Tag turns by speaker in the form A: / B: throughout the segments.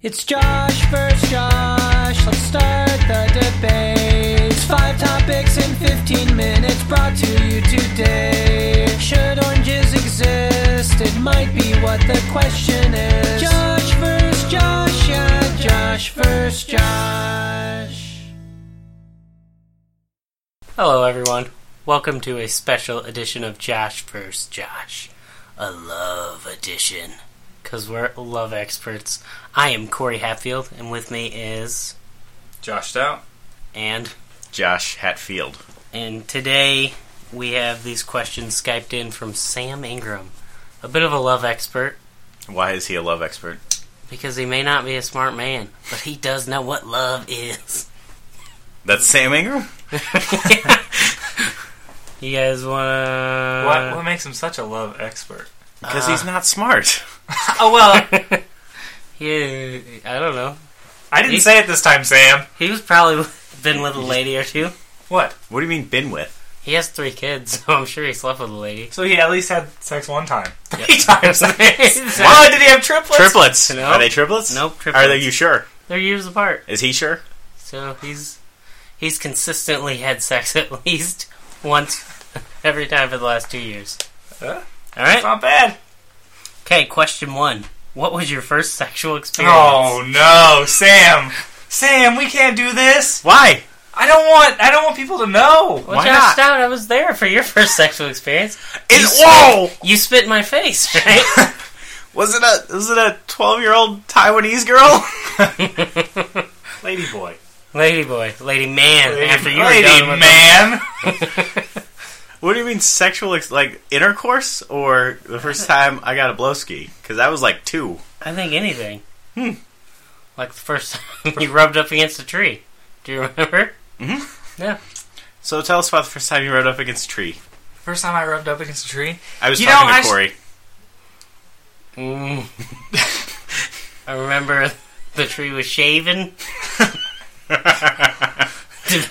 A: It's Josh versus Josh. Let's start the debate. Five topics in 15 minutes brought to you today. Should oranges exist? It might be what the question is. Josh versus Josh, yeah. Josh versus Josh. Hello, everyone. Welcome to a special edition of Josh versus Josh, a love edition because we're love experts. I am Corey Hatfield, and with me is
B: Joshed out.
A: and
C: Josh Hatfield.
A: and today we have these questions skyped in from Sam Ingram, a bit of a love expert
C: Why is he a love expert?
A: because he may not be a smart man, but he does know what love is.
C: That's Sam Ingram?
A: You guys
B: What,
A: want
B: what makes him such a love expert?
C: Because he's not smart.
A: to? Oh well, yeah, I don't know.
B: I didn't
A: He-
B: say it this time, Sam.
A: He was probably been with a lady or two.
B: What?
C: What do you mean been with?
A: He has three kids, so I'm sure he slept with a lady.
B: So he at least had sex one time.
A: Three
B: times. Why did he have triplets?
C: Triplets.
A: No.
C: Are they triplets?
A: Nope,
C: Are they
A: triplets.
C: you sure?
A: They're years apart.
C: Is he sure?
A: So he's he's consistently had sex at least once every time for the last two years.
B: Huh?
A: All
B: That's
A: right.
B: not bad.
A: Okay. Question one: What was your first sexual experience?
B: Oh no, Sam. Sam, we can't do this.
C: Why?
B: I don't want. I don't want people to know.
A: well,
C: why
A: Josh
C: not?
A: Stout, I was there for your first sexual experience.
C: It,
A: You
C: whoa!
A: You spit in my face, right?
C: Was it a was it a twelve year old Taiwanese girl?
B: Lady boy.
A: lady boy, lady man. after you were
B: Lady
A: done with
B: man.
C: what do you mean sexual ex- like intercourse or the first time I got a blowski? Because I was like two.
A: I think anything. Hmm. Like the first time you rubbed up against a tree. Do you remember? Mm-hmm. Yeah.
C: So tell us about the first time you rode up against a tree.
B: First time I rubbed up against a tree.
C: I was
B: You
C: talking
B: know,
C: to
B: I s-
C: Corey.
A: Mm. I remember the tree was shaven. Do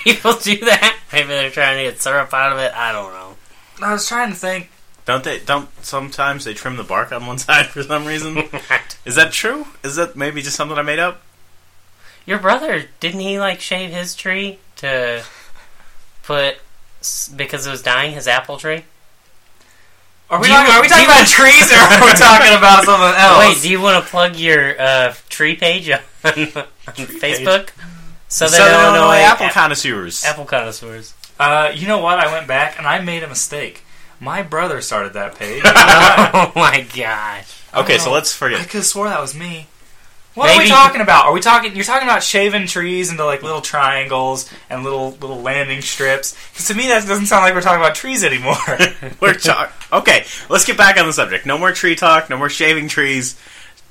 A: people do that? Maybe they're trying to get syrup out of it. I don't know.
B: I was trying to think.
C: Don't they? Don't sometimes they trim the bark on one side for some reason? Is that true? Is that maybe just something I made up?
A: Your brother didn't he like shave his tree to put s- because it was dying his apple tree?
B: Are we,
A: Do you-
B: talking, are we talking
A: do you-
B: about trees or are we talking about something
C: Oh.
B: else?
A: Wait, do you want to plug your uh, tree page on, on Facebook? Southern,
C: Southern
A: Illinois,
C: Illinois, apple
A: Ap-
C: connoisseurs.
A: apple connoisseurs.
B: Uh, you know what? I went back and I made a mistake. My brother started that page.
A: oh my gosh!
C: Okay,
B: Oh.
C: so let's
B: I
C: forget.
B: could have swore that was me. What are we
A: Maybe-
B: talking about? Are we talking? You're talking about shaving trees into like little triangles and little little landing strips. 'Cause to me, that doesn't sound like we're talking about trees anymore.
C: We're talk- Okay, let's get back on the subject. No more tree talk. No more shaving trees.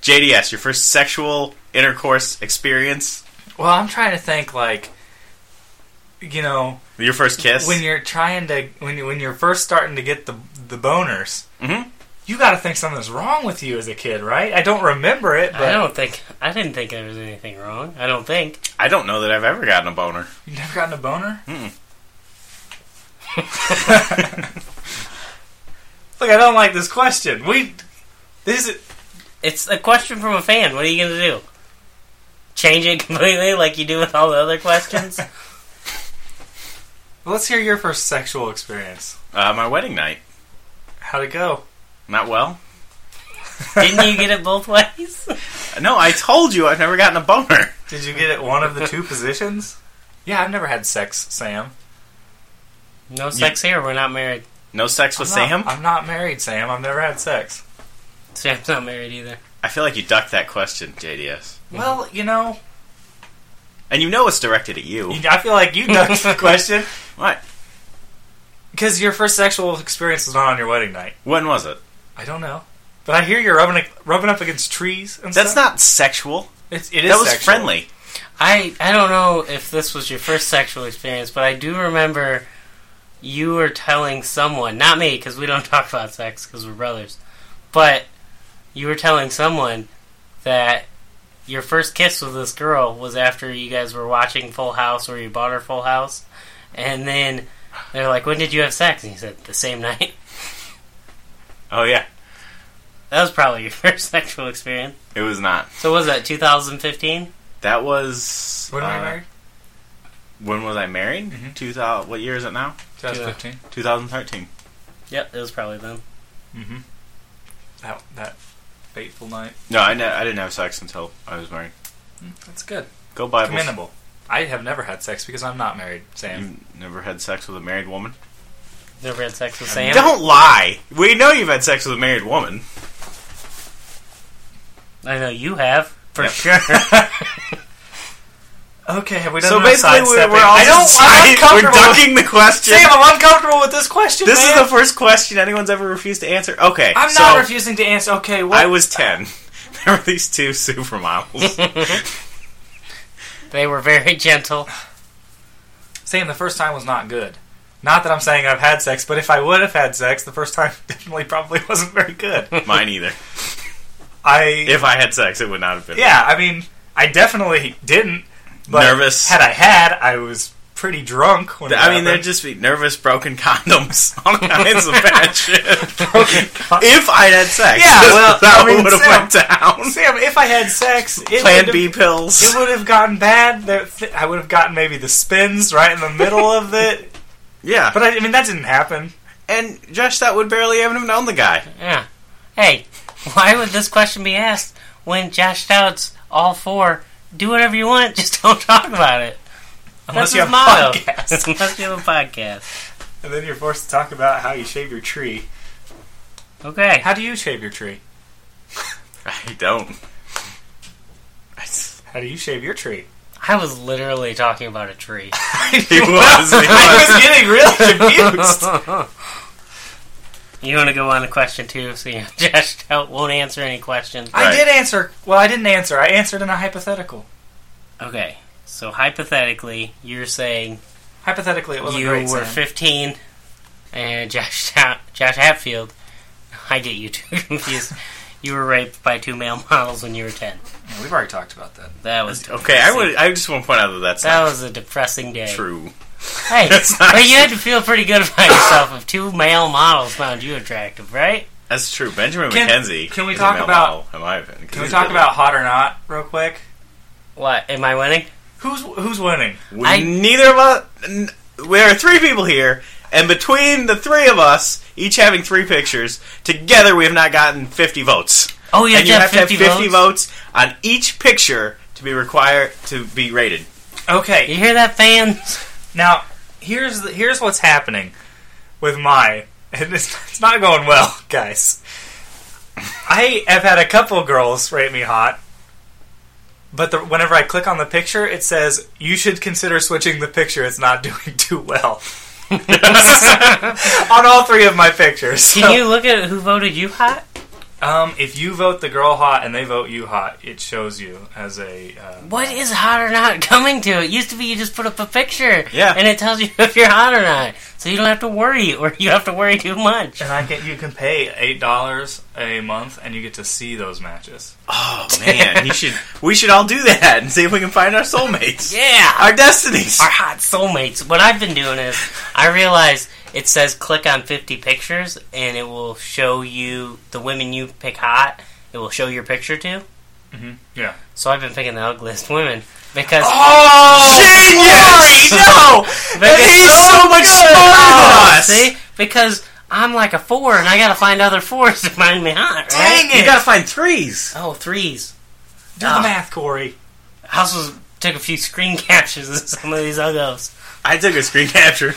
C: JDS, your first sexual intercourse experience,
B: well, I'm trying to think like, you know,
C: your first kiss.
B: when you're trying to when you, when you're first starting to get the the boners,
C: Mhm.
B: you got to think something's wrong with you as a kid, right? I don't remember it, but
A: I don't think I didn't think there was anything wrong. I don't think.
C: I don't know that I've ever gotten a boner.
B: you've never gotten a boner.
C: Mm-mm.
B: Look, I don't like this question. We this is.
A: It's a question from a fan. What are you going to do? Change it completely like you do with all the other questions?
B: Well, Let's hear your first sexual experience.
C: Uh, my wedding night.
B: How'd it go?
C: Not well.
A: Didn't you get it both ways?
C: No, I told you I've never gotten a boner.
B: Did you get it one of the two positions? Yeah, I've never had sex, Sam.
A: No sex here. We're not married.
C: No sex with
B: I'm
C: Sam.
B: not- I'm not married, Sam. I've never had sex.
A: Sam's not married either.
C: I feel like you ducked that question, JDS.
B: Well, you know,
C: And you know it's directed at you.
B: you- I feel like you ducked the question
C: What?
B: because your first sexual experience was not on your wedding night.
C: When was it?
B: I don't know, but I hear you're rubbing rubbing up against trees and
C: That's
B: stuff.
C: not sexual.
B: It's, it is
C: that was
B: sexual.
C: friendly.
A: I, I don't know if this was your first sexual experience, but I do remember you were telling someone, not me, because we don't talk about sex because we're brothers, but you were telling someone that your first kiss with this girl was after you guys were watching Full House or you bought her Full House, and then they're like, "When did you have sex?" And you said, "The same night."
C: Oh yeah.
A: That was probably your first sexual experience.
C: It was not.
A: So what was that 2015?
C: That was
B: When were
C: uh,
B: you married?
C: When was I married?
B: Mhm.
C: 2000. What year is it now?
B: 2015.
C: 2013.
A: Yep, it was probably then.
B: Mm-hmm. That that fateful night.
C: No, I, ne- I didn't have sex until I was married.
B: Mm, That's good.
C: Go Bible.
B: Commendable. I have never had sex because I'm not married, Sam.
C: You never had sex with a married woman?
A: Never had sex with Sam.
C: Don't lie. We know you've had sex with a married woman.
A: I know you have for
C: Yep.
A: sure.
B: Okay, have we done
C: Mm. So
B: enough
C: basically, we,
B: sidestepping?
C: we're all
B: I don't. I'm
C: side- we're
B: uncomfortable.
C: ducking the question.
B: Sam, I'm uncomfortable with this question.
C: this
B: man.
C: is the first question anyone's ever refused to answer. Okay,
B: I'm
C: so
B: not refusing to answer. Okay, what?
C: I was ten. There were these two supermodels.
A: they were very gentle.
B: Sam, the first time was not good. Not that I'm saying I've had sex, but if I would have had sex, the first time definitely probably wasn't very good.
C: Mine either.
B: I
C: If I had sex, it would not have been.
B: yeah, I mean, I definitely didn't. But
C: Nervous.
B: Had I had, I was pretty drunk. When it
C: I mean, they'd
B: happened.
C: just be nervous, broken condoms, all kinds of bad shit.
B: Okay.
C: If I had sex,
B: Yeah, well,
C: that
B: I mean,
C: would have
B: Sam-
C: went down.
B: Sam, if I had sex, it
C: Plan
B: would've-
C: B pills.
B: It would have gotten bad. There- th- I would have gotten maybe the spins right in the middle of it.
C: yeah,
B: But I, I mean, that didn't happen.
C: and Josh, that would barely even have known the guy.
A: Yeah. Hey, why would this question be asked when Josh Stout's all for do whatever you want, just don't talk about it.
B: Unless
A: That's
B: you
A: his
B: have a
A: motto.
B: podcast.
A: Unless you have a podcast.
B: And then you're forced to talk about how you shave your tree.
A: Okay.
B: How do you shave your tree?
C: I don't. He
B: How do you shave your tree?
A: I was literally talking about a tree.
C: was. He was.
B: getting really confused.
A: You want to go on to question two, so you Josh Stout won't answer any questions.
B: I
C: Right.
B: did answer. Well, I didn't answer. I answered in a hypothetical.
A: Okay, so hypothetically, you're saying
B: Hypothetically, it wasn't
A: you
B: great.
A: were
B: Sam.
A: 15, and Josh Stout, Josh Hatfield. I get you two confused. you were raped by two male models when you were 10.
B: Yeah, we've already talked about that.
A: That was
C: Okay, I
A: depressing.
C: would. I just want to point out that that's
A: That
C: not
A: was a depressing day.
C: true.
A: Hey,
C: That's not
A: but you had to feel pretty good about yourself if two male models found you attractive, right?
C: That's true. Benjamin
B: Can-
C: McKenzie.
B: can we
C: is a
B: talk
C: male
B: about-
C: model, in my opinion, 'cause
B: Can we
C: he's
B: talk
C: good
B: about hot or not real quick?
A: What? Am I winning?
B: Who's who's winning?
C: We,
A: I-
C: neither of us. N- there are three people here, and between the three of us, each having three pictures, together we have not gotten 50 votes.
A: Oh, you have,
C: and you
A: to,
C: have to have 50
A: 50 votes.
C: votes on each picture to be required to be rated.
B: Okay,
A: You hear that, fans?
B: now here's the, here's what's happening with my and it's, it's not going well, guys. I have had a couple girls rate me hot, but the, whenever I click on the picture, it says you should consider switching the picture. It's not doing too well on all three of my pictures.
A: Can
B: So,
A: you look at who voted you hot?
B: Um, if you vote the girl hot and they vote you hot, it shows you as a. Uh,
A: What is hot or not coming to? It used to be you just put up a picture,
C: Yeah.
A: and it tells you if you're hot or not, so you don't have to worry, or you have to worry too much.
B: And I get you can pay eight dollars a month, and you get to see those matches.
C: Oh man, you should. We should all do that and see if we can find our soulmates,
A: Yeah,
C: our destinies.
A: our hot soulmates. What I've been doing is I realize it says click on 50 pictures, and it will show you the women you pick hot. It will show your picture to.
B: Yeah.
A: So I've been picking the ugliest women because
C: Oh, genius! No,
A: That
C: and
A: is
C: Oh, he's so, Oh. much smarter than us.
A: see because I'm like a four, and I gotta find other fours to find me hot. Right?
B: Dang
C: You
B: it.
C: gotta find threes.
A: Oh, threes.
B: Do
A: Ah.
B: the math, Corey.
A: House was took a few screen captures of some of these uggos.
C: I took a screen capture.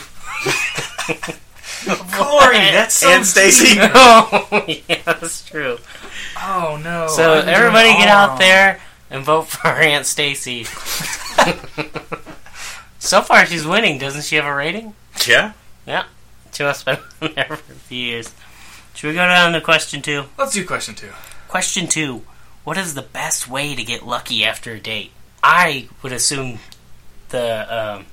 B: Corey, that's so
C: and Stacy.
B: deep.
A: oh, yeah, that's true.
B: Oh no!
A: So
B: I'm doing
A: everybody
B: all
A: get out
B: wrong.
A: there and vote for our Aunt Stacy. so far, she's winning. Doesn't she have a rating?
C: Yeah.
A: She must have been there for a few years. Should we go down to question two?
B: Let's do question two.
A: Question two What is the best way to get lucky after a date? I would assume the um,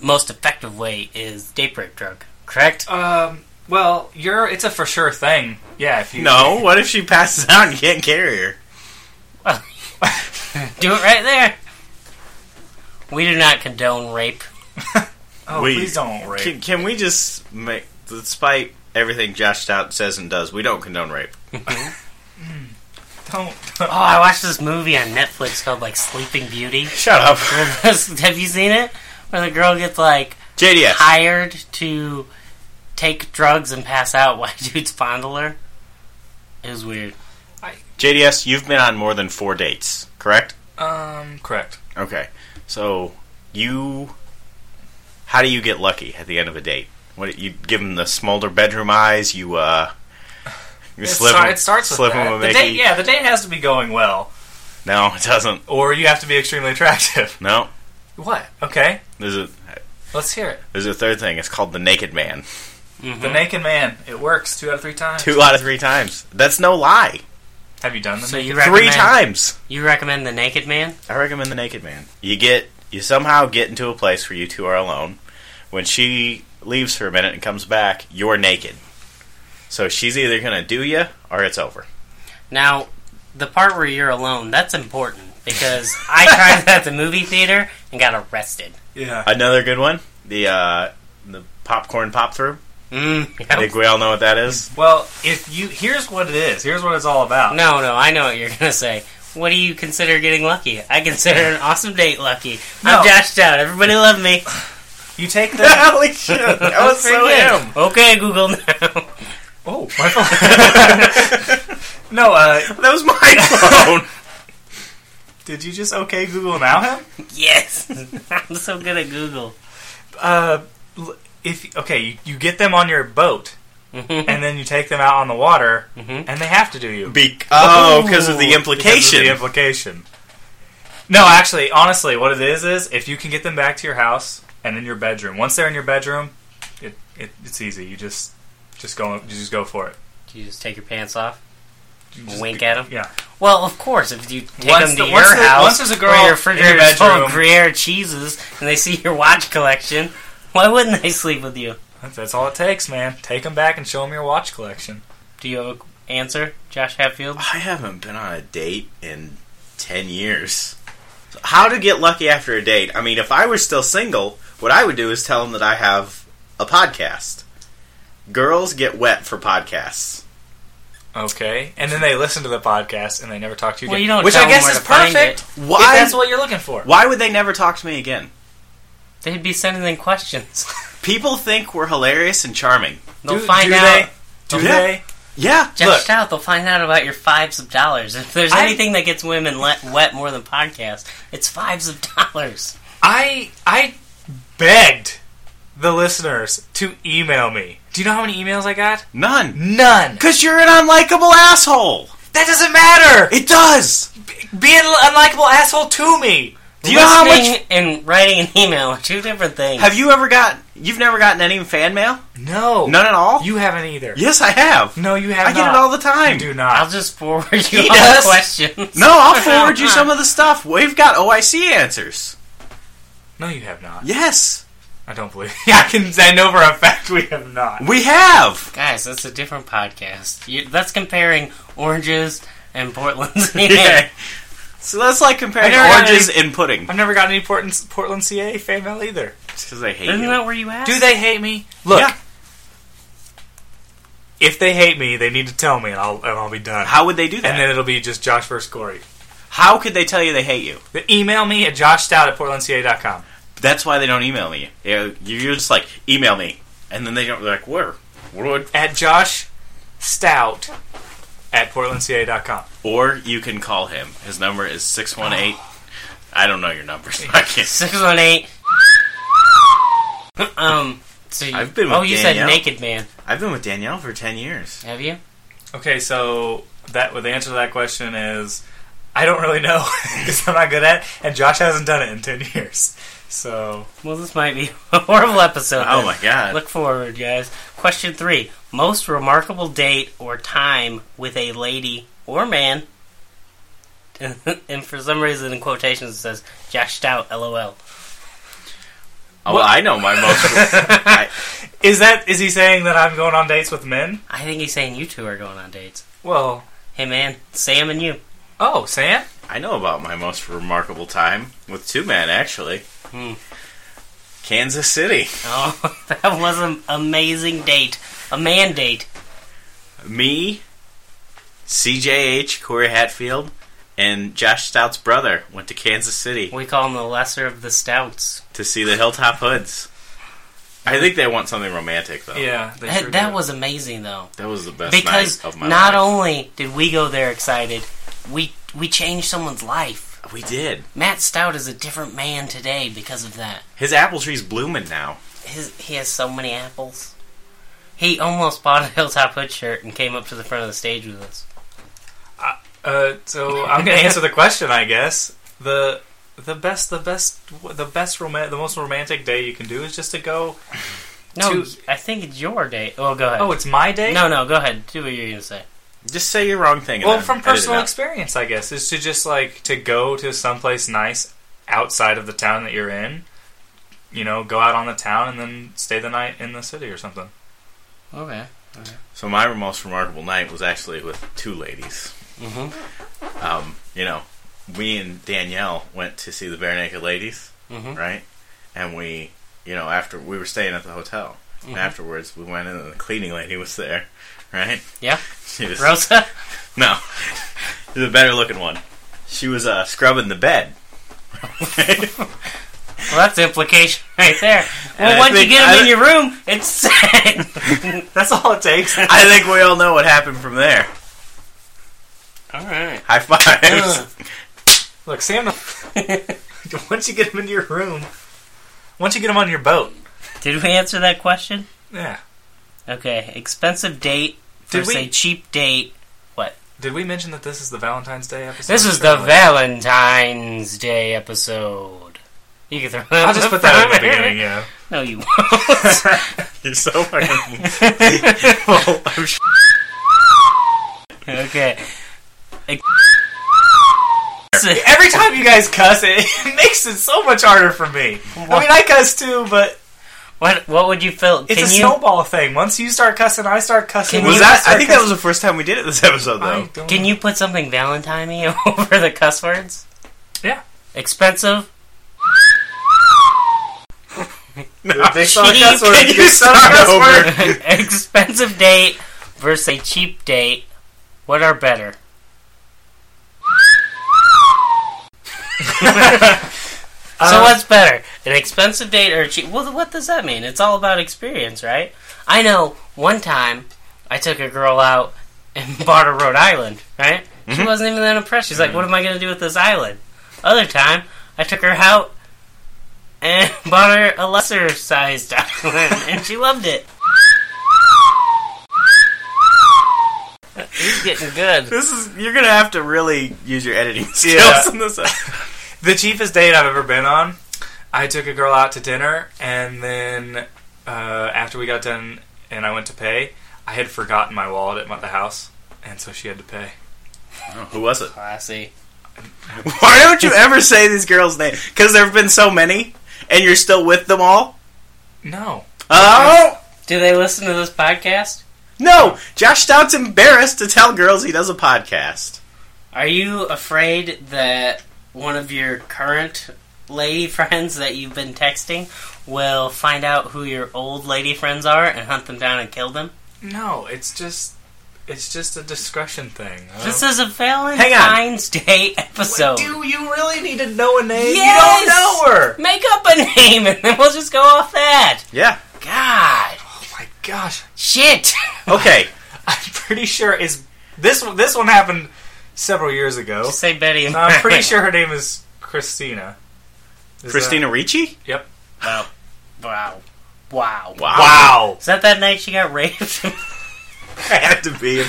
A: most effective way is date rape drug, correct?
B: Um. Well, you're. It's a for sure thing. Yeah. If you
C: No. What if she passes out and you can't carry her?
A: Do it right there. We do not condone rape.
B: Oh,
C: We-
B: please don't rape.
C: Can, can we just make, despite everything Josh Stout says and does. We don't condone rape.
B: Don't.
A: Oh, I watched this movie on Netflix called like Sleeping Beauty.
C: Shut up.
A: Have you seen it? Where the girl gets like
C: JDS.
A: hired to take drugs and pass out while dudes fondle her. It was weird.
C: JDS, you've been on more than four dates, correct?
B: Um, correct.
C: Okay. So you, how do you get lucky at the end of a date? What you give them the smolder bedroom eyes? You uh, you
B: It,
C: slip
B: star-
C: 'em-
B: it starts with
C: slip 'em
B: that.
C: a
B: the
C: Mickey.
B: date, yeah, the date has to be going well,
C: No, it doesn't.
B: or you have to be extremely attractive.
C: No,
B: What? Okay,
C: there's a
B: let's hear it.
C: there's a third thing. It's called the naked man. Mm-hmm.
A: Mm-hmm.
B: The naked man. It works two out of three times.
C: Hmm? Two out of three times. That's no lie.
B: Have you done the
A: So
B: naked?
A: you recommend
C: Three times.
A: you recommend the Naked Man?
C: I recommend the Naked Man. You get you somehow get into a place where you two are alone. When she leaves for a minute and comes back, you're naked. So she's either gonna do you or it's over.
A: Now, the part where you're alone that's important because I tried that at the movie theater and got arrested.
B: Yeah.
C: Another good one, the uh, the popcorn pop through.
A: Mm,
C: I think we all know what that is.
B: Well, if you here's what it is. Here's what it's all about.
A: No, no, I know what you're gonna say. What do you consider getting lucky? I consider an awesome date lucky.
B: No.
A: I'm Josh out. Everybody love me.
B: You take the
C: Holy shit! That was so
A: Pretty
C: him.
A: good. Okay, Google now.
B: oh my phone. no, uh,
C: That was my phone.
B: did you just okay Google now him?
A: yes, I'm so good at Google.
B: Uh, l- if okay, you, you get them on your boat
A: Mhm.
B: and then you take them out on the water
A: Mhm.
B: and they have to do you.
C: Be- oh, because of
B: Ooh,
C: the
B: because of
C: implication.
B: the implication. No, actually, honestly, what it is is if you can get them back to your house and in your bedroom. Once they're in your bedroom, it, it it's easy. You just just go you just go for it.
A: Do you just take your pants off?
B: You just-
A: Wink at 'em?
B: Yeah.
A: Well, of course. If you take
B: Once
A: them to
B: the-
A: your
B: once the-
A: house,
B: once there's a girl
A: where
B: in
A: your
B: your
A: refrigerator is full
B: bedroom-
A: of Gruyere cheeses, and they see your watch collection, why wouldn't they sleep with you?
B: That's, that's all it takes, man. Take them back and show them your watch collection.
A: Do you have an answer, Josh Hatfield?
C: I haven't been on a date in 10 years. So How to get lucky after a date? I mean, if I were still single, what I would do is tell them that I have a podcast. Girls get wet for podcasts.
B: Okay, and then they listen to the podcast and they never talk to you
A: Well,
B: again.
A: you don't
B: which
A: tell
B: I guess
A: them where
B: is
A: to find
B: perfect. If
C: Why?
B: that's what you're looking for.
C: why would they never talk to me again?
A: They'd be sending in questions.
C: People think we're hilarious and charming.
A: They'll
B: Do-
A: find
B: do
A: out.
B: They, do
C: Okay.
B: they?
C: Yeah,
A: Josh
B: Look.
A: Stout, they'll find out about your fives of dollars. If there's
B: I-
A: anything that gets women let, wet more than podcasts, it's fives of dollars.
B: I I begged the listeners to email me. Do you know how many emails I got?
C: none.
B: None.
C: Because you're an unlikable asshole.
B: That doesn't matter.
C: It does.
B: Be an unlikable asshole to me.
C: Do you know how
A: Listening
C: much?
A: and writing an email are two different things.
C: Have you ever got? You've never gotten any fan mail?
B: No.
C: None at all.
B: You haven't either.
C: yes, I have.
B: No, you have
C: I
B: not.
C: get it all the time.
B: You do
A: I'll
B: not.
A: just forward you
B: He
A: all the
B: does.
A: questions.
C: No, I'll forward you some of the stuff. We've got OIC answers.
B: No, you have not.
C: Yes,
B: I don't believe. I can. I know for a fact we have not.
C: we have.
A: Guys, that's a different podcast. You, that's comparing oranges and Portland's.
C: So that's like comparing
B: I never got
C: oranges and pudding.
B: I've never gotten any Portland, Portland CA fan mail either.
C: Because I hate
A: Isn't
C: you.
A: that where you at?
B: Do they hate me? Look.
C: Yeah.
B: If they hate me, they need to tell me, and I'll and I'll be done.
C: How would they do that?
B: And then it'll be just Josh versus Corey.
C: How could they tell you they hate you?
B: Then Email me at joshstout at portlandca.com.
C: That's why they don't email me. You're you're just like email me, and then they don't. They're like, where? Where would?
B: At josh stout at portlandca.com.
C: Or you can call him. His number is six one eight. I don't know your numbers. I can't.
A: Six one eight. um. So you,
C: I've been
A: oh,
C: with
A: you said
C: Danielle.
A: naked man.
C: I've been with Danielle for ten years.
A: Have you?
B: Okay, so that well, the answer to that question is I don't really know because I'm not good at it, and Josh hasn't done it in 10 years. So,
A: Well, this might be a horrible episode.
C: Oh
A: then.
C: my god.
A: Look forward, guys. Question three: Most remarkable date or time with a lady or man. and for some reason, in quotations, it says "Josh Stout." LOL.
C: Oh, well, I know my most. I,
B: is that is he saying that I'm going on dates with men?
A: I think he's saying you two are going on dates.
B: Well,
A: Hey, man, Sam and you.
B: oh, Sam?
C: I know about my most remarkable time with two men, actually.
A: Hmm.
C: Kansas City.
A: Oh, that was an amazing date. A mandate.
C: Me, CJH, Corey Hatfield, and Josh Stout's brother went to Kansas City
A: We call him the lesser of the stouts.
C: to see the Hilltop Hoods. I think they want something romantic, though.
B: Yeah, they
A: That,
B: sure
A: that
B: do.
A: was amazing, though.
C: That was the best
A: Because
C: night of my
A: not
C: life.
A: only did we go there excited, we we changed someone's life.
C: we did.
A: Matt Stout is a different man today because of that.
C: His apple tree's blooming now.
A: His, he has so many apples. He almost bought a Hilltop Hood shirt and came up to the front of the stage with us.
B: Uh, so I'm gonna answer the question, I guess. the The best, the best, the best romantic, the most romantic day you can do is just to go.
A: No,
B: To-
A: I think it's your date. Oh, go ahead.
B: Oh, it's my day.
A: no, no, go ahead. Do what you're going to say.
C: Just say your wrong thing. and
B: Well,
C: then
B: from
C: edit it
B: personal
C: out.
B: experience, I guess is to just like to go to someplace nice outside of the town that you're in. You know, go out on the town and then stay the night in the city or something.
A: Okay.
C: So my most remarkable night was actually with two ladies.
A: Mhm.
B: Mm-hmm.
C: Um, you know, we and Danielle went to see the Bare Naked Ladies,
B: Mm-hmm.
A: Mhm.
C: right? And we, you know, after we were staying at the hotel, and
B: Mm-hmm.
C: afterwards we went in and the cleaning lady was there, right?
A: Yeah.
C: She was,
A: Rosa?
C: no, she's a better looking one. She was uh, scrubbing the bed.
A: Well, that's the implication right there.
C: And I
A: Well, once
C: think-
A: you get
C: I
A: them in
C: thi-
A: your room, it's set.
B: That's all it takes.
C: I think we all know what happened from there.
A: All right.
C: High fives.
B: Look, Sam. once you get them into your room, once you get them on your boat,
A: Did we answer that question?
B: yeah.
A: Okay. Expensive date
B: Did
A: versus
B: we-
A: a cheap date.
B: Did we mention that this is the Valentine's Day episode?
A: This is the
B: Surely.
A: Valentine's Day episode. You can throw that.
B: I'll just put that in the beginning. Yeah.
A: No, you won't.
C: You're so fucking. well, I'm sure.
A: okay. Ex-
B: Every time you guys cuss, it, it makes it so much harder for me. I mean, I cuss too, but
A: What what would you feel?
B: it's
A: can
B: a
A: you
B: snowball thing. Once you start cussing, I start cussing.
A: Can
B: you
C: Was that?
B: start
C: I think that was the first time we did it this episode,
B: cussing. I
C: though.
B: don't-
A: can you put something Valentine-y over the cuss words?
B: Yeah.
A: Expensive.
C: No, they saw
A: Gee,
B: cuss word.
C: can you
B: They saw the
C: start
B: cuss
C: over?
B: word.
A: expensive date versus a cheap date. What are better? so
B: Uh,
A: what's better, an expensive date or a cheap? Well, what does that mean? It's all about experience, right? I know one time I took a girl out and bought her Rhode Island. Right? She wasn't even that impressed. She's like, "What am I going to do with this island?" Other time I took her out and bought her a lesser sized island, and she loved it. He's getting good.
C: This is you're gonna have to really use your editing skills
B: Yeah.
C: in this.
B: The cheapest date I've ever been on, I took a girl out to dinner, and then uh, after we got done and I went to pay, I had forgotten my wallet at my- the house, and so she had to pay.
C: Who was it?
A: Classy.
C: Why don't you ever say these girls' name? Because there have been so many, and you're still with them all.
B: No.
C: Oh
A: Do they listen to this podcast?
C: no! Josh Stout's embarrassed to tell girls he does a podcast.
A: Are you afraid that one of your current lady friends that you've been texting will find out who your old lady friends are and hunt them down and kill them?
B: No, it's just it's just a discretion thing. I
A: This
B: don't-
A: is a Valentine's Day episode.
B: do you really need to know a name?
A: Yes!
B: You don't know her.
A: Make up a name and then we'll just go off that.
C: Yeah.
A: God.
B: Oh my gosh.
A: Shit.
C: Okay.
B: I'm pretty sure is this one this one happened several years ago.
A: Just say Betty. And
B: I'm pretty
A: Frank.
B: sure her name is Christina. Is
C: Christina Ricci.
B: that- yep.
A: Wow. Wow. Wow.
C: Wow.
B: Wow.
A: Is that that night she got raped?
C: I had to be.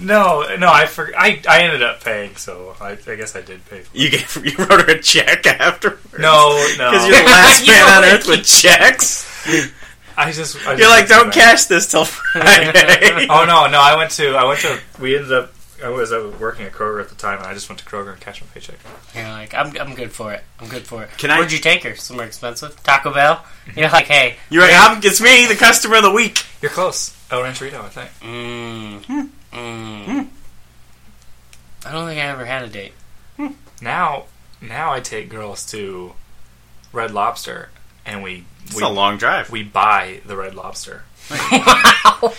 B: No, no, I for, I I ended up paying, so I, I guess I did pay.
C: You gave you wrote her a check afterwards.
B: No,
C: Because you're the
B: no.
C: last
A: You
C: man on
A: know,
C: earth with checks.
B: I just I
C: You're
B: just
C: like, don't
B: went to
C: cash this till Friday.
B: bed. Oh no, no, I went to I went to we ended up I was uh, working at Kroger at the time, and I just went to Kroger and cashed my paycheck.
A: You're like, I'm, I'm good for it. I'm good for it.
C: Can I-
A: Where'd you take her? Somewhere expensive? Taco Bell? You're like, hey.
C: You're like, I'm, it's me, the customer of the week.
B: You're close. El Rancherito, I think.
A: Mm, mm, I don't think I ever had a date.
B: Now, now I take girls to Red Lobster and we
C: It's
B: we,
C: a long drive.
B: we buy the Red Lobster.
A: Wow.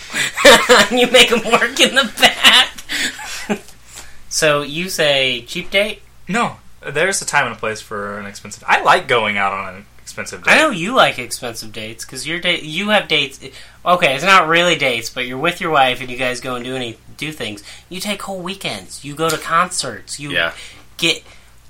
A: you make them work in the back. so you say cheap date?
B: No, there's a time and a place for an expensive. I like going out on an expensive date.
A: I know you like expensive dates because your date you have dates. Okay, it's not really dates, but you're with your wife and you guys go and do any do things. You take whole weekends. You go to concerts. You
C: yeah.
A: get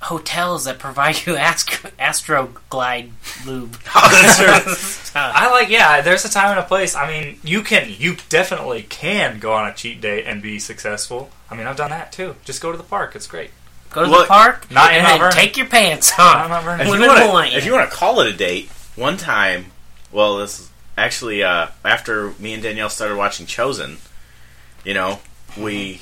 A: hotels that provide you ast- astro glide lube.
C: Oh, that's right.
A: Stuff.
B: I like yeah. There's a time and a place. I mean, you can you definitely can go on a cheat date and be successful. I mean, I've done that too. Just go to the park. It's great.
A: Go to the
C: Look,
A: park
B: not in
A: and
B: Mount
A: then
B: Vernon.
A: take your pants
B: Not in Mount
A: off.
B: Vernon.
C: if you
A: Women will
C: wanna-
A: want you.
C: if you want to call it a date, one time, well, this is actually uh, after me and Danielle started watching Chosen, you know, we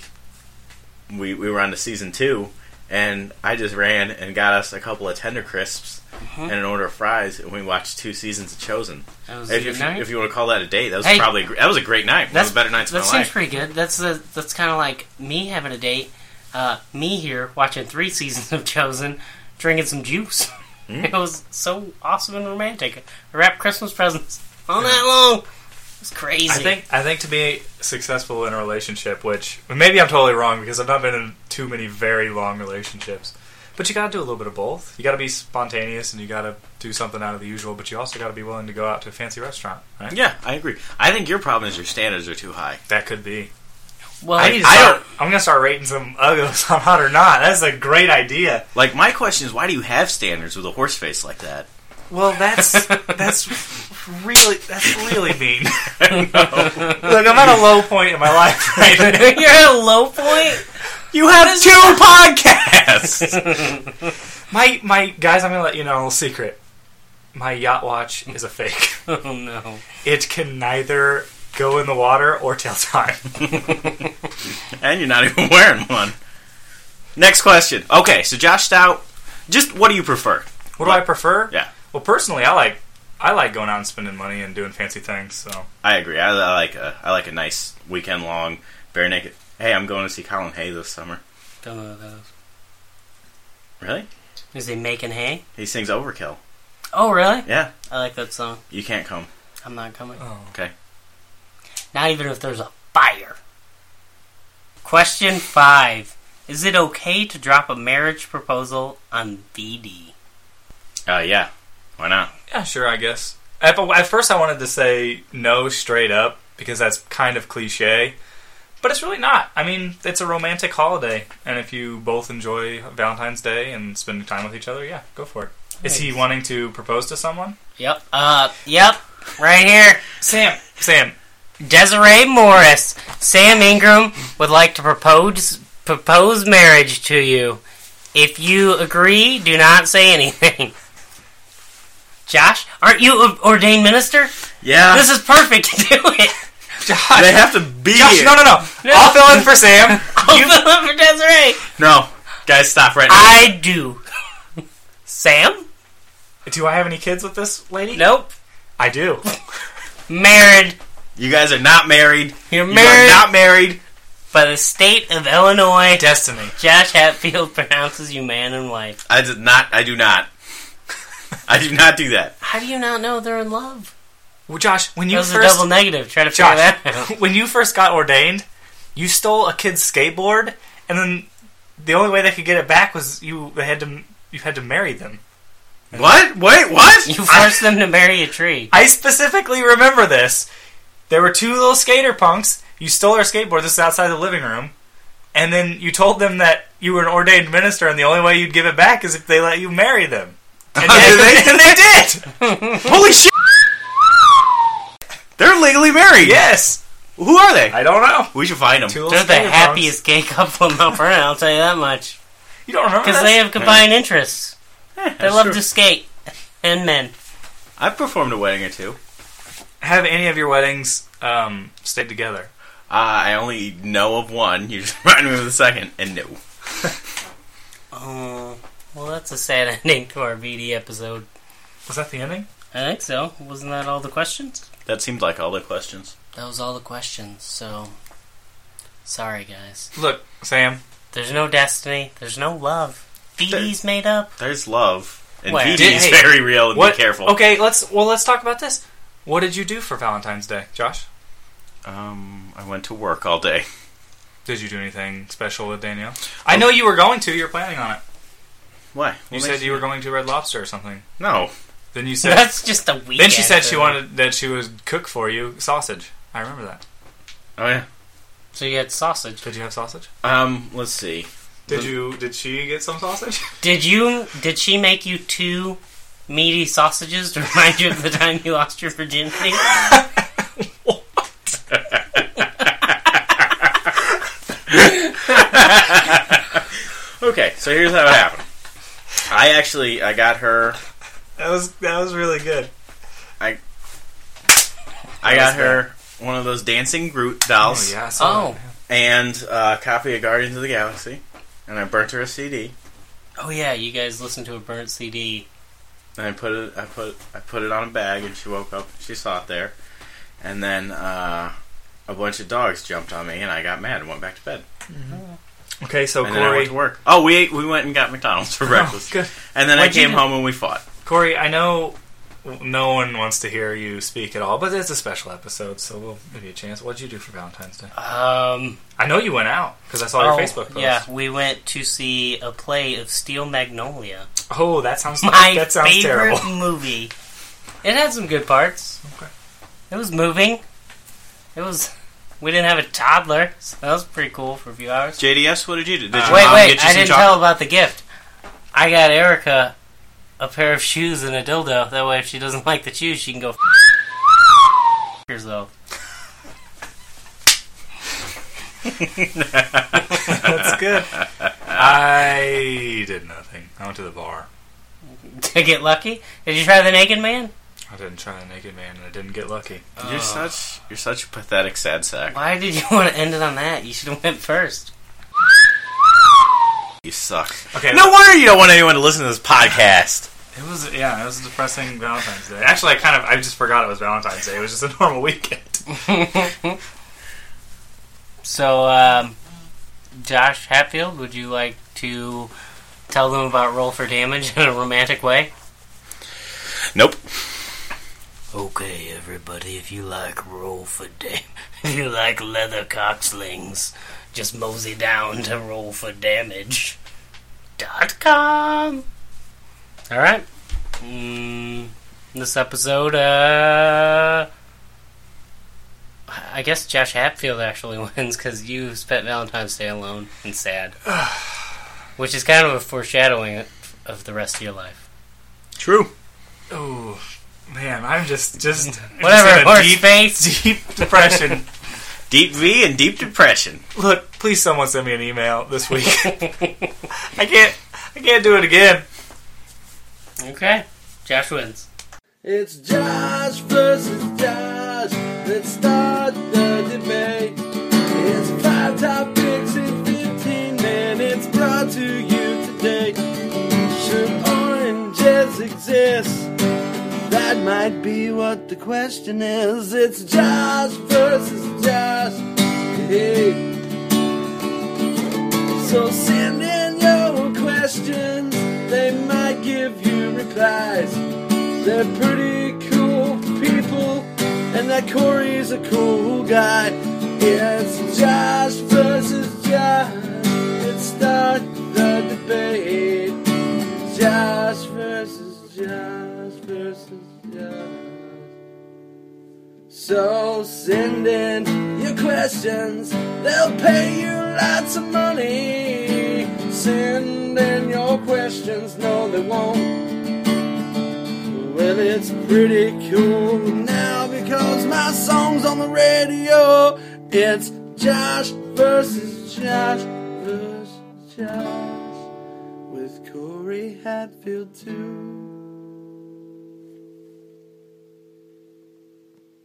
C: we we were on to season two, and I just ran and got us a couple of tender crisps and an order of fries, and we watched two seasons of Chosen.
A: That was a
C: If,
A: good
C: if, you-
A: night.
C: if you want to call that a date, that was
A: Hey.
C: probably a gr- that was a great night. One of the better nights of
A: That
C: my
A: seems
C: life.
A: pretty good. That's the that's kind of like me having a date. Uh, me here watching three seasons of Chosen, drinking some juice.
C: Hmm.
A: It was so awesome and romantic. I wrapped Christmas presents all night long. It was crazy.
B: I think I think to be successful in a relationship, which maybe I'm totally wrong because I've not been in too many very long relationships. But you got to do a little bit of both. You got to be spontaneous and you got to do something out of the usual. But you also got to be willing to go out to a fancy restaurant. Right?
C: Yeah, I agree. I think your problem is your standards are too high.
B: That could be.
A: Well,
B: I need to
C: I
B: start, I'm gonna start rating some uggos on hot or not. That's a great idea.
C: Like my question is, why do you have standards with a horse face like that?
B: Well, that's that's really that's really mean. Look, I'm at a low point in my life right now.
A: you're at a low point.
C: You have two podcasts.
B: My my guys, I'm gonna let you know a little secret. My yacht watch is a fake.
A: Oh no.
B: It can neither go in the water or tell time.
C: and you're not even wearing one. Next question. Okay, so Josh Stout, just what do you prefer?
B: What do I prefer?
C: Yeah.
B: Well, personally, I like I like going out and spending money and doing fancy things. So
C: I agree. I, I like a I like a nice weekend long bare naked. Hey, I'm going to see Colin Hay this summer.
A: Don't know those.
C: Really?
A: Is he making hay?
C: He sings Overkill.
A: Oh really?
C: Yeah,
A: I like that song.
C: you can't come.
A: I'm not coming.
B: oh.
A: Not even if there's a fire. Question five. Is it okay to drop a marriage proposal on VD?
C: Uh, yeah. Why not?
B: yeah, sure, I guess. At, at first, I wanted to say no straight up because that's kind of cliche, but it's really not. I mean, it's a romantic holiday, and if you both enjoy Valentine's Day and spending time with each other, yeah, go for it. Is he
A: Nice.
B: wanting to propose to someone?
A: Yep. Uh, yep. Right here.
B: Sam, Sam,
A: Desiree Morris. Sam Ingram would like to propose propose marriage to you. If you agree, do not say anything. Josh, aren't you an ordained minister?
C: Yeah,
A: This is perfect. Do it.
B: Josh,
C: they have to be.
B: Josh, no, no, no. I'll fill in for Sam.
A: I'll fill in for Desiree.
C: no, guys, stop right now.
A: I do. Sam?
B: Do I have any kids with this lady?
A: Nope.
B: I do.
A: Married.
C: you guys are not married.
A: You're
C: You
A: married
C: are not married.
A: by the state of Illinois.
B: Destiny.
A: Josh Hatfield pronounces you man and wife.
C: I did not. I do not. I do not do that.
A: How do you not know they're in love?
B: Well, Josh, when
A: That
B: you
A: was a
B: first
A: double negative. Try to figure that out.
B: Josh, when you first got ordained, you stole a kid's skateboard, and then the only way they could get it back was you they had to you had to marry them.
C: What? Wait, what?
A: You forced them to marry a tree.
B: I specifically remember this. There were two little skater punks. You stole their skateboard. This is outside the living room. And then you told them that you were an ordained minister, and the only way you'd give it back is if they let you marry them. And,
C: Did
B: they,
C: they?
B: and they did.
C: Holy shit! They're legally married.
B: Yes.
C: Who are they?
B: I don't know.
C: we should find them.
B: little
A: They're the
B: skater punks.
A: happiest gay couple in Mount Vernon, I'll tell you that much.
B: You don't remember
A: Because
B: this?
A: they have combined interests. They love to skate. And men.
C: I've performed a wedding or two.
B: have any of your weddings um, stayed together?
C: Uh, I only know of one. You just reminded me of the second, and no.
A: Oh, well, that's a sad ending to our VD episode.
B: Was that the ending?
A: I think so. Wasn't that all the questions?
C: That seemed like all the questions.
A: That was all the questions, so. Sorry, guys.
B: Look, Sam.
A: There's no destiny. There's no love. Phoebe's made up.
C: There's love. And
A: Where?
C: PD
B: Did-
C: is
B: hey,
C: very real and
B: What?
C: be careful.
B: Okay, let's well let's talk about this. What did you do for Valentine's Day, Josh?
C: Um, I went to work all day.
B: Did you do anything special with Danielle? I know you were going to. You were planning on it.
C: Why?
B: You
C: What
B: said
C: makes-
B: you were going to Red Lobster or something.
C: no.
B: Then you said.
A: That's just a weekend.
B: then she said she
A: thing.
B: wanted that she would cook for you sausage. I remember that.
C: Oh yeah.
A: So you had sausage.
B: Did you have sausage?
C: Um, let's see.
B: Did you? Did she get some sausage?
A: Did you? Did she make you two meaty sausages to remind you of the time you lost your virginity?
C: Okay, so here's how it happened. I actually I got her
B: that was that was really good.
C: I
B: How
C: got
B: was
C: her one of those dancing Groot dolls
B: Oh yeah. I saw
A: Oh,
B: that.
C: and uh, a copy of Guardians of the Galaxy, and I burnt her a CD.
A: oh yeah. You guys listened to a burnt CD.
C: And I put it I put I put it on a bag, and she woke up. She saw it there, and then uh, a bunch of dogs jumped on me, and I got mad and went back to bed.
B: Okay, so
C: and then I
B: Corey.
C: went to work. Oh, we ate, we went and got McDonald's for
B: Oh,
C: breakfast,
B: good.
C: and then
B: What'd
C: I
B: you
C: came
B: do?
C: home and we fought.
B: Corey, I know no one wants to hear you speak at all, but it's a special episode, so we'll give you a chance. What'd you do for Valentine's Day?
A: Um.
B: I know you went out because I saw your
A: oh,
B: Facebook post.
A: Yeah, we went to see a play of Steel Magnolia.
B: Oh, that sounds
A: My
B: that sounds
A: favorite
B: terrible.
A: movie. It had some good parts.
B: Okay.
A: It was moving. It was. We didn't have a toddler, so that was pretty cool for a few hours.
C: JDS, what did you do? Did
B: Uh,
C: your
A: wait,
C: mom
A: wait!
C: get you
A: I
C: some
A: didn't
C: chocolate?
A: tell about the gift. I got Erica a pair of shoes and a dildo. That way, if she doesn't like the shoes, she can go f- herself.
B: That's good. I did nothing. I went to the bar.
A: To get lucky, did you try the Naked Man?
B: I didn't try the naked man, and I didn't get lucky.
C: You're such you're such a pathetic sad sack.
A: Why did you want to end it on that? You should have went first.
C: You suck.
B: Okay,
C: No wonder you don't want anyone to listen to this podcast.
B: it was yeah, it was a depressing Valentine's Day. Actually, I kind of I just forgot it was Valentine's Day. It was just a normal weekend.
A: So, um, Josh Hatfield, would you like to tell them about Roll for Damage in a romantic way?
C: Nope.
A: Okay, everybody, if you like Roll for Damage, if you like leather cockslings, just mosey down to Roll for Damage. Dot com. All right. Mm, this episode, uh, I guess Josh Hatfield actually wins because you spent Valentine's Day alone and sad, which is kind of a foreshadowing of the rest of your life.
C: True.
B: Ooh, man, I'm just just
A: Whatever,
B: Just in a
A: horse
B: deep,
A: face.
B: deep depression.
C: Deep V and deep depression.
B: Look, please, someone send me an email this week. I can't I can't do it again.
A: Okay, Josh wins.
D: It's Josh versus Josh. Let's start the debate. It's five topics in 15 minutes brought to you today. Should oranges exist? That might be what the question is. It's Josh versus Josh. Hey. So send in your questions, they might give you replies. They're pretty cool people, and that Corey's a cool guy. It's Josh versus Josh. Let's start the debate. Josh versus Josh versus Josh. So send in your questions, they'll pay you lots of money. Send in your questions, no, they won't. Well, it's pretty cool now because my song's on the radio. It's Josh versus Josh versus Josh with Corey Hatfield too.